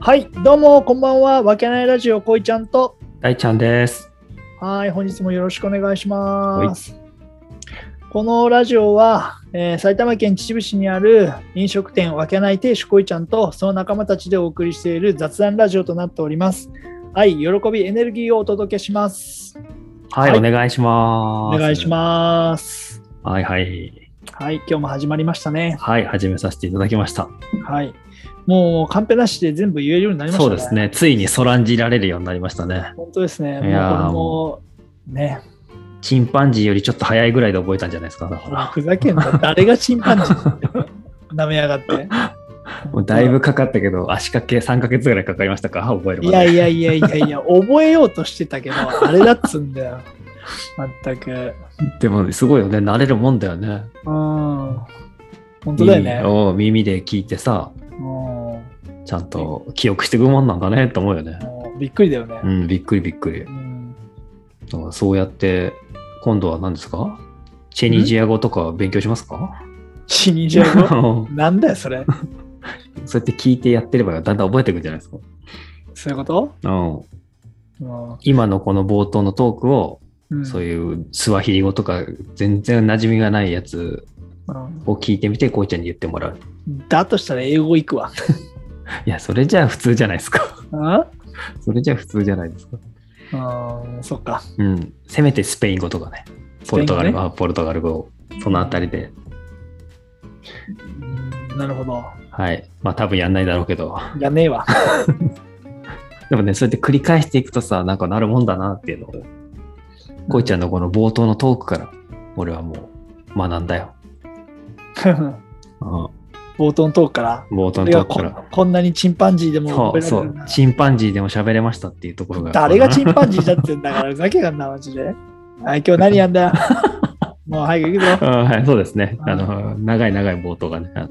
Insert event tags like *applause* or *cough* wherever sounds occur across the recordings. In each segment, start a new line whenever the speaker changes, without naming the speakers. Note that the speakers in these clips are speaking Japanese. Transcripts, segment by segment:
はい、どうも、こんばんは。わけないラジオ、こいちゃんと。
大ちゃんです。
はい、本日もよろしくお願いします。このラジオは、えー埼玉県秩父市にある飲食店わけない亭主こいちゃんとその仲間たちでお送りしている雑談ラジオとなっております。愛、喜び、エネルギーをお届けします。
はい、
はい
お願いし
お
ます。
願いします。
す。はいはい。
はい、今日も始まりましたね。
はい、始めさせていただきました。
はい。もうカンペなしで全部言えるようになりまし
そ
た
うです。ね。ついにそらんじられるようになりましたね。
本当ですね。
いやー
もうこれも、ね、
チンパンジーよりちょっと早いぐらいで覚えたんじゃないで
*laughs*
すか。だ
ほ
からら
ふざけんな。誰がチンパンジーって *laughs* 舐めやがって。
もうだいぶかかったけど、足掛け3ヶ月ぐらいかかりましたか覚える
い
ま
や
で。
いやいやいやいや、覚えようとしてたけど、あれだっつうんだよ。まったく。うん。
でも、すごいよね。慣れるもんだよね。
本当だよね
耳。を耳で聞いてさ、
うんも
ちゃんと記憶していくもんなんだねって思うよね。
うびっくりだよね
う。ん、びっくりびっくり
う。ん
だからそうやって、今度は何ですかチェニジア語とか勉強しますか
死にじゃうよ
*laughs* うん
*laughs* なんだよ、それ。
そうやって聞いてやってればだんだん覚えていくんじゃないですか。
そういうこと
うん、
うん
今のこの冒頭のトークを、
うん。
そういうスワヒリ語とか全然馴染みがないやつ
うん
を聞いてみて、こういちゃんに言ってもらう。
だとしたら英語行 *laughs* くわ。
いや、それじゃあ普通じゃないですか。 *laughs*
うん
それじゃあ普通じゃないですか。
うん、そっか。
うん。せめてスペイン語とかね。ポルトガル語、あポルトガル語、そのあたりで。
うんなるほど。
はい。まあ多分やんないだろうけど。
やねえわ。 *laughs*
でもね、そうやって繰り返していくとさ、なんかなるもんだなっていうのを、こういちゃんのこの冒頭のトークから、俺はもう学んだよ。うん。
冒頭のトークから。
冒頭
こ
の
れ
ト
が
ーク
こ
か
ん
ら。
こんなにチンパンジーでも
そう
覚え
そ
られる
うん
だ、
チンパンジーでも喋れましたっていうところが。
誰が
こ
チンパンジーだってんだから、ふざけがん *laughs* な、マジで。はい、今日何やんだ *laughs* よ。もう早く行くぞ。
のうんはい、そうですね。
うん
*laughs* あの、長い長い冒頭がね。あの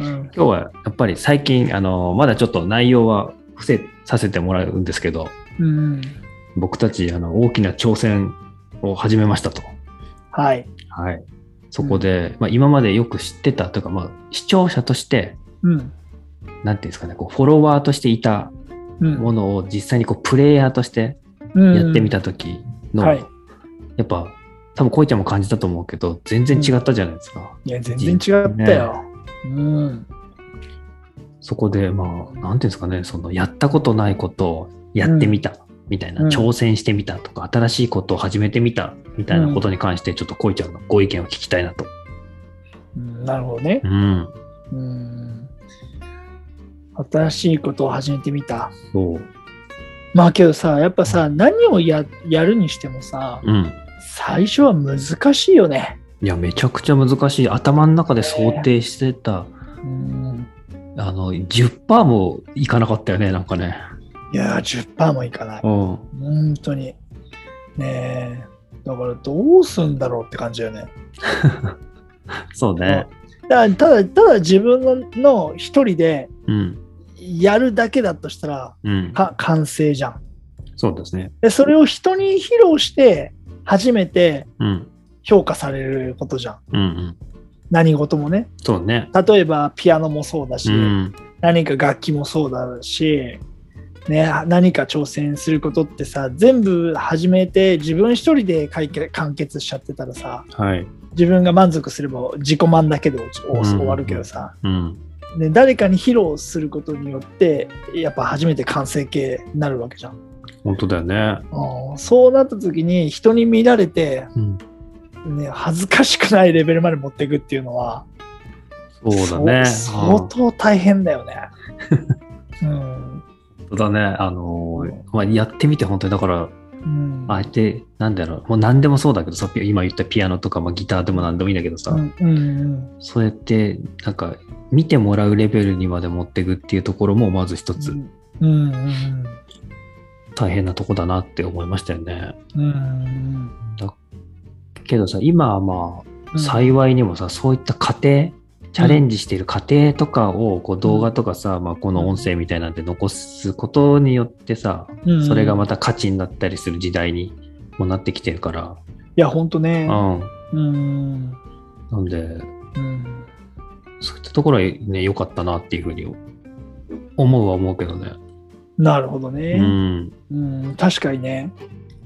うん
今日はやっぱり最近、あの、まだちょっと内容は伏せさせてもらうんですけど、
うん。
僕たち、あの、大きな挑戦を始めましたと。
はい。
はい。そこで、まあ今までよく知ってたというか、まあ視聴者として、
うん。
なんていうんですかね、こうフォロワーとしていた
うん。
ものを実際にこうプレイヤーとして
うん
やってみた時の、
はい
やっぱ多分こいちゃんも感じたと思うけど全然違ったじゃないですか、
いや、全然違ったよ。うん。
そこでまあ何ていうんですかねそのやったことないことをやってみたみたいな、
うん
挑戦してみたとか新しいことを始めてみたみたいなことに関してちょっとこいちゃんのご意見を聞きたいなと、
うんなるほどね
う。ん、
うん。新しいことを始めてみた。
そう
まあけどさ、やっぱさ、何をややるにしてもさ、
うん
最初は難しいよね。
いやめちゃくちゃ難しい頭の中で想定してた、
うん。
あの10%もいかなかったよねなんかね
いやー、10%もいかない。
うん
本当に。ねえ。だからどうすんだろうって感じだよね。
そうね
だからただ、ただ自分のの一人で
うん
やるだけだとしたら、
うん
か完成じゃん。
そうですね
で、それを人に披露して、初めて
うん
評価されることじゃん。
うんうん
何事もね。
そうね
例えば、ピアノもそうだし、
うん
何か楽器もそうだし、ね、何か挑戦することってさ、全部始めて、自分一人で解決完結しちゃってたらさ、
はい。
自分が満足すれば自己満だけで終
うん
終わるけどさ、
うん。
ね、誰かに披露することによってやっぱ初めて完成形になるわけじゃん。
本当だよね。
うんそうなった時に人に見られて、
うん。
ね、恥ずかしくないレベルまで持っていくっていうのは
そうだね。
そ相当大変だよ
*laughs*
ね。うん
うん本当だね。あのーまあ、やってみて本当に、だから、
うん
あえて、なんだろう、もう何でもそうだけどさ、ピ今言ったピアノとか、まあ、ギターでも何でもいいんだけどさ、
うんうん
そうやって、なんか、見てもらうレベルにまで持っていくっていうところも、まず一つ、
うんうんうん
大変なとこだなって思いましたよね。
うん
けどさ、今はま
う
あ、
ん
幸いにもさ、そういった過程、チャレンジしている過程とかをこう動画とかさ、まあ、この音声みたいなんて残すことによってさ、
うん
それがま
い
た価値になったりする時代にもなってきてるから、
やほんとね。
うん。
うん
なんで、
うん
そういったところはね、良かったなっていうふうに思うは思うけどね。
なるほど
う
ね。
ん。
うん、確かにね。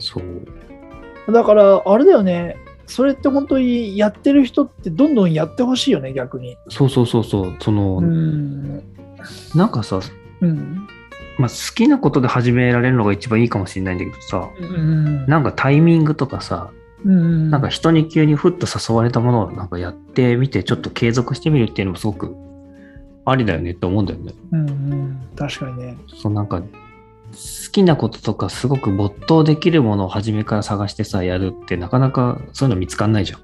そう。
だから、あれだよね。それって本当にやってる人ってどんどんやってほしいよね、逆に。
そうそうそうそう。その、
うん。
なんかさ、
うん。
まあ、好きなことで始められるのが一番いいかもしれないんだけどさ、
うん。
なんかタイミングとかさ、
うん
なんか人に急にふっと誘われたものをなんかやってみて、ちょっと継続してみるっていうのもすごくありだよねって思うんだよね。
うんうん、確かにね。
そうなんか、好きなこととかすごく没頭できるものを初めから探してさ、やるってなかなかそういうの見つかんないじゃん。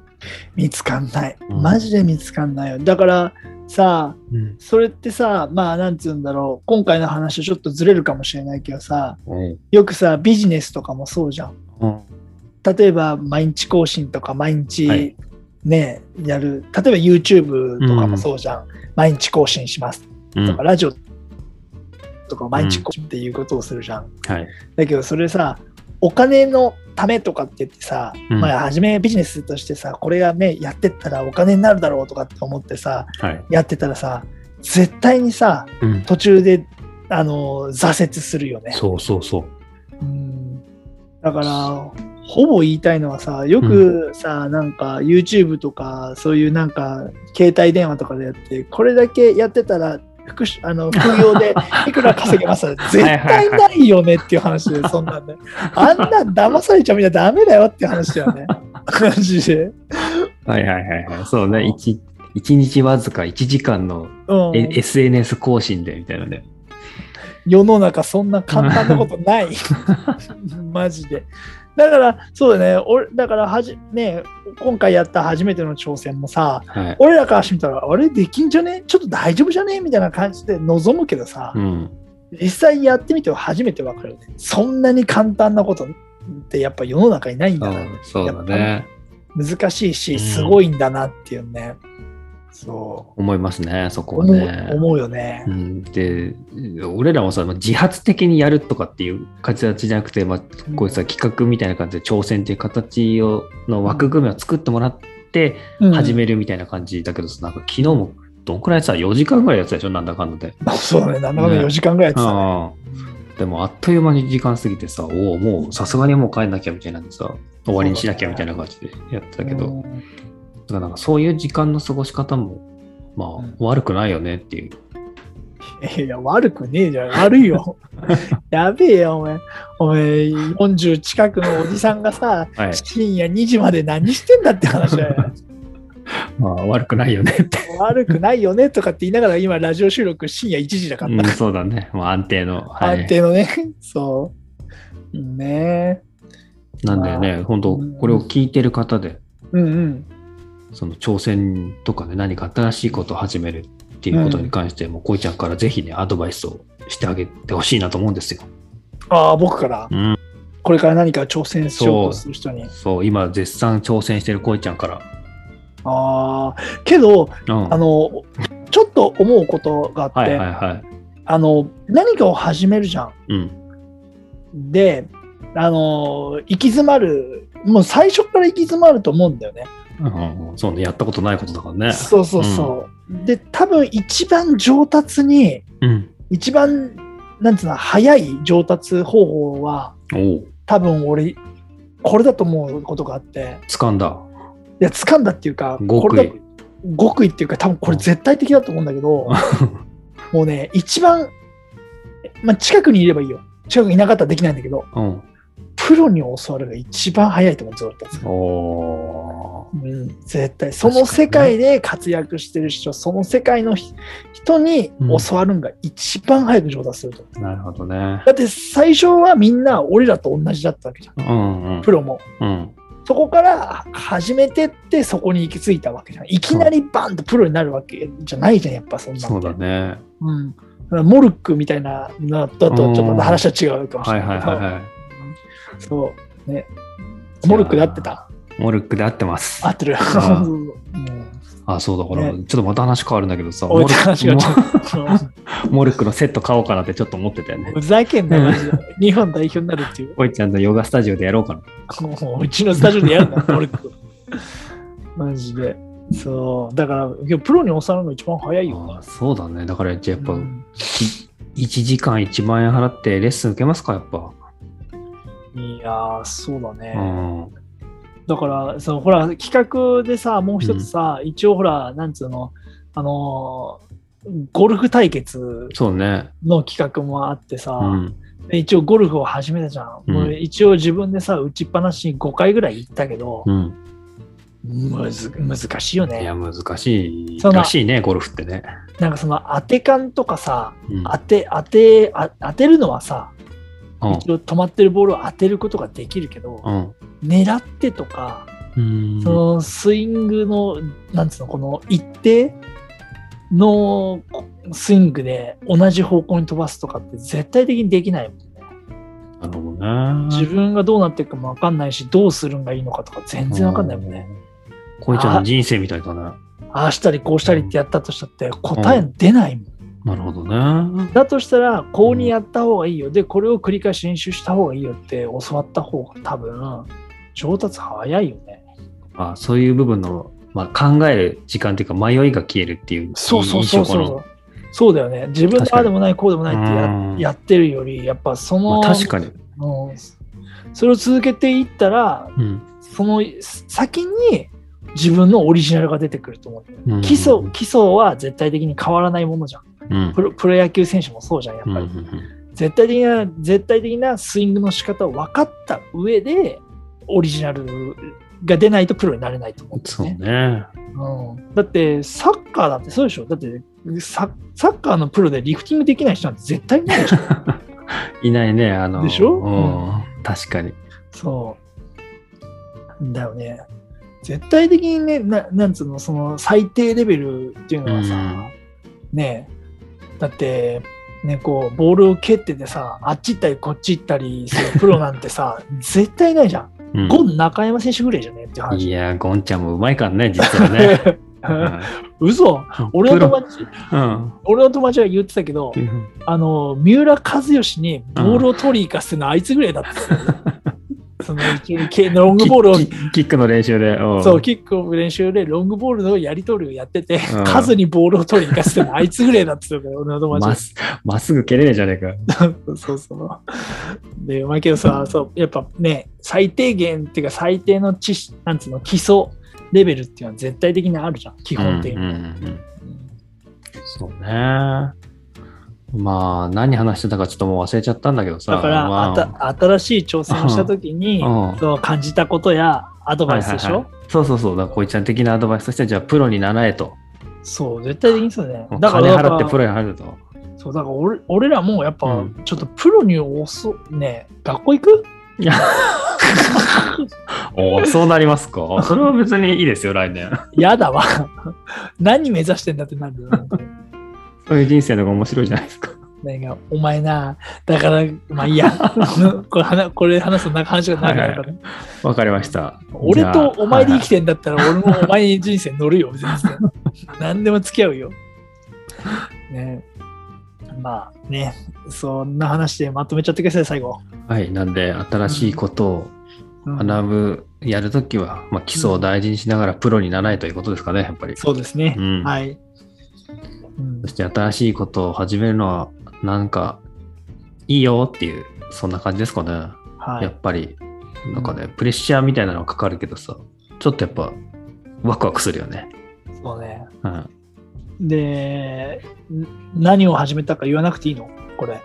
見つかんない。
うん
マジで見つかんないよ。だからさ、
うん。
それってさ、まあ、なんつうんだろう。今回の話はちょっとずれるかもしれないけどさ、よくさ、ビジネスとかもそうじゃん。
うん。
例えば、毎日更新とか、毎日、
はい
ね、やる。例えば YouTube とかもそうじゃん。毎日更新します
う
と
ん
か、。ラジオとか毎日更新っていうことをするじゃん。
はい。
だけどそれさお金のためとかって言ってさ、
うん
まあ初めビジネスとしてさこれがねやってったらお金になるだろうとかって思ってさ
はい。
やってたらさ絶対にさ
うん。
途中であの挫折するよね。
そうそうそう。
うんだからほぼ言いたいのはさよくさ、なんか YouTube とかそういうなんか携帯電話とかでやってこれだけやってたら副しあの副業でいくら稼げます絶対ないよねっていう話でそんなんねあんなん騙されちゃうみたいなダメだよっていう話だよねマジで、
はいはいはいはい。そうね。一一日わずか1時間の
うん、
え SNS 更新でみたいなね。
世の中そんな簡単なことないマジでだからそうだね俺だからはじね今回やった初めての挑戦もさ
はい。
俺らからしてみたらあれできんじゃねちょっと大丈夫じゃねみたいな感じで望むけどさ、
うん。
実際やってみては初めてわかるよねそんなに簡単なことってやっぱ世の中にないん
そ
だ
う
な、
そうだね。
難しいうし
ん
すごいんだなっていうね、そう
思いますね、そこは
思う,、
ね。
思うよね
うん、で俺らもさまあ自発的にやるとかっていう形じゃなくて、まあ、こういうさ企画みたいな感じで挑戦っていう形をの枠組みを作ってもらって
うん
始めるみたいな感じだけどさ、なんか昨日もどんくらいさ4時間ぐらいやってたでしょなんだかんだで、
*laughs* そうだねなんだかんだ
ね
4時間ぐらいやってたね
ああでもあっという間に時間過ぎてさおおもうさすがにもう帰んなきゃみたいなんでさ終わりにしなきゃみたいな感じでやってたけど、
うん
だからなんかそういう時間の過ごし方もまあ、
うん
悪くないよねっていう
いや、悪くねえじゃん。悪い
*laughs*
よ。やべえよ、お前。お前、40近くのおじさんがさ、
はい
深夜2時まで何してんだって話だ
*laughs*
よ。
まあ悪くないよねって
悪くないよねとかって言いながら、今、ラジオ収録深夜1時だから
うん、そう
*laughs*
だね。まあ、安定の。はい、
安定のね。そう。ねえ。
なんだよね。本当
うん
これを聞いてる方で、
うんうん。
その挑戦とかね、何か新しいことを始めるっていうことに関して、もう、こいちゃんからぜひね、アドバイスをしてあげてほしいなと思うんですよ。
ああ、僕から、
うん。
これから何か挑戦しようとする人に。
そう、今、絶賛挑戦してるこいちゃんから。
ああ、けど、
うん。
あの、ちょっと思うことがあって、
はいはいはい。
あの、何かを始めるじゃん。
うん。
で、あのー行き詰まる、もう最初から行き詰まると思うんだよね。
うんうん、そうね、やったことないことだからね。
そうそうそう。で、多分一番上達に、
うん。
一番、なんつうの、早い上達方法は、
おう
多分俺、これだと思うことがあって、
掴んだ。
いや、掴んだっていうか、こ
極
れだ
意。
極意っていうか、多分これ絶対的だと思うんだけ
*laughs*
ど、もうね、一番、まあ、近くにいればいいよ。近くにいなかったらできないんだけど、
うん。
プロに教わるが一番早いと思う、上達が。
おー
うん、絶対その世界で活躍してる人、その世界のひ人に教わるんが一番早く上達すると、
なるほどね。
だって最初はみんな俺らと同じだったわけじゃん
うんうん
プ。ロも
うん。
そこから始めてってそこに行き着いたわけじゃんいきなりバンとプロになるわけじゃないじゃんやっぱそんなの
そうだね。
うん、だからモルックみたいなのだとちょっとまた話は違うかもし
は
れ
い
な
はいい
けど、
はいはい。
そうねモルックで合ってた
モルックで合ってます
合。って *laughs* る
あー
うん
あ、そうだから、
ね
ちょっとまた話変わるんだけどさ、モ
おい
ル
って話が
ッ
ちょ
ク
っと
モモルックのセット買おうかなってちょっと思ってたよね
ふ。ざけんな、マジで。日本代表になるっていう。
こいちゃんのヨガスタジオでやろうかな。
もううちのスタジオでやる
*laughs*
な、俺と。マジで。そう。だから、いやプロに教わるのが一番早いよ
あそうだね。だから、じゃあやっぱ、
うん
き1時間1万円払ってレッスン受けますか、やっぱ。
いやー、そうだね。
うん。
だから、そのほら、企画でさ、もう一つさ、一応ほら、なんつうの、あのーゴルフ対決
そうね。
の企画もあってさ、
うん。
で一応ゴルフを始めたじゃん。
うん
もう一応自分でさ、打ちっぱなしに5回ぐらい行ったけど、
うん。
むず難しいよ
い
ね
や、。難しい
その
らしいね、ゴルフってね。
なんかその当て感とかさ、
うん。
当て、当て、あ当てるのはさ、
うん
一応止まってるボールを当てることができるけど、
うん。
狙ってとか、
うん
そのスイングの、なんつうの、この一定のこスイングで同じ方向に飛ばすとかって絶対的にできないもんね。
なるほどね。
自分がどうなっていくかも分かんないし、どうするんがいいのかとか全然分かんないもんね。
うん。こいちゃんの人生みたいだね。
ああしたりこうしたりってやったとしたって答え出ないもん。
なるほどね。
だとしたら、こうにやった方がいいよ。で、これを繰り返し練習した方がいいよって教わった方が多分、上達早いよね。
あそういう部分の、まあ、考える時間というか迷いが消えるっていう
そうそうそうそ
いい印象
う。そうだよね。自分
確
で
かに
ああでもない、こうでもないって
う
や
ん
やってるより、やっぱそ
かな。ま
の、
あ、確かに。
うんそれを続けていったら、
うん。
その先に自分のオリジナルが出てくると思うんだよね
うん
基礎基礎は絶対的に変わらないものじゃん。
うん。
プロプロ野球選手もそうじゃん、やっぱ
うん
り。
うんうん
絶対的な、絶対的なスイングの仕方を分かった上で、オリジナルが出ないとプロになれないと思うんだ
そ
よ
う
ね。
ね。
うん、だって、サッカーだってそうでしょだってサ、サッカーのプロでリフティングできない人なんて絶対いないで
*laughs*
しょ
いないね。あの
でしょ
うん、確かに。
そう。だよね。絶対的にね、ななんつうの、その最低レベルっていうのはさ、
うん
ねえだって、ね、こう、ボールを蹴っててさ、あっち行ったりこっち行ったりするプロなんて
*laughs*
さ、絶対いないじゃん。
うん
ゴン中山選手ぐらいじゃねっていう話。
いや、ゴンちゃんもうまいからね、実
*laughs*
はね。
嘘
うん
俺の
プロ
友達、
うん。
俺の友達が言ってたけど、あの、三浦知良にボールを取り行かせてるのはあいつぐらいだ
*laughs*
った。その、けロングボールを
キ、キキックの練習で。ん
そう、キックオフ練習でロングボールのやり取りをやってて、
うん
数にボールを取りに行かせてるのはあいつぐらいだって言ってたから、俺の友達
まっすまっすぐ蹴れねえじゃねえか。
そうそう。で、まあけどさ、そう、やっぱね、最低限っていうか最低の知識、なんつうの、基礎レベルっていうのは絶対的にあるじゃん、基本的
うん
に。
うんうんうんそうね。まあ、何話してたかちょっともう忘れちゃったんだけどさ。
だから、
ま
あた新しい挑戦をしたときに、
うん
その感じたことやアドバイスでしょ、
はいはいはいそうそうそう。だから、こいちゃん的なアドバイスとしては、じゃあ、プロに習えと。
そう、絶対的にそうだよね。だから
金
やぱ
払ってプロに払えと。
そう、だから俺俺らもやっ
う
ぱ
ん、
ちょっとプロにおそ、ね、学校行く
おお、そうなりますか。 *laughs* それは別にいいですよ、来年。
やだわ。 *laughs* 何目指してんだってなるよ。本当に
そういう人生の方が面白いじゃないですか。
なんかお前な、だから、まあいいや、 *laughs* これ話これ話すとなんか話が長くなるから、
わかりました。
俺とお前で生き
て
てんだったら、俺もお前に人生乗るよ、
*laughs*
全然。何でも付き合うよ。ね、まあね、そんな話でまとめちゃってください、最後。
はい、なんで、新しいことを
うん
学ぶ、やるときは、まあ、基礎を大事にしながらプロに習えということですかね、やっぱり。
そうですね。
うん
はい。うん
そして新しいことを始めるのは、なんか、いいよっていう、そんな感じですかね。
は
や
い
っ、ぱり、なんかね、プレッシャーみたいなのはかかるけどさ、ちょっとやっぱ、ワクワクするよね。
そうね。
うん。
で、ん何を始めたか言わなくていいのこれ。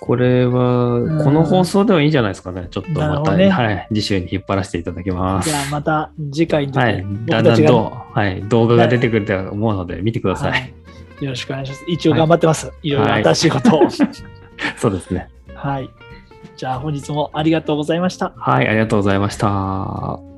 これ
ん
は、この放送ではいいんじゃないですかね。ちょっと
なる
ま
ほ
た、
どね
はい、次週に引っ張らせていただきま
じ
す
ゃ。あまた次回に、
はい、だんだんと、はい、動画が出てくると思うので、見てください。
はいよろしくお願いします。一応頑張ってます。い、ろいろ
はい
新しいことを。
*laughs* そうですね。
はい。じゃあ本日もありがとうございました。
はい、ありがとうございました。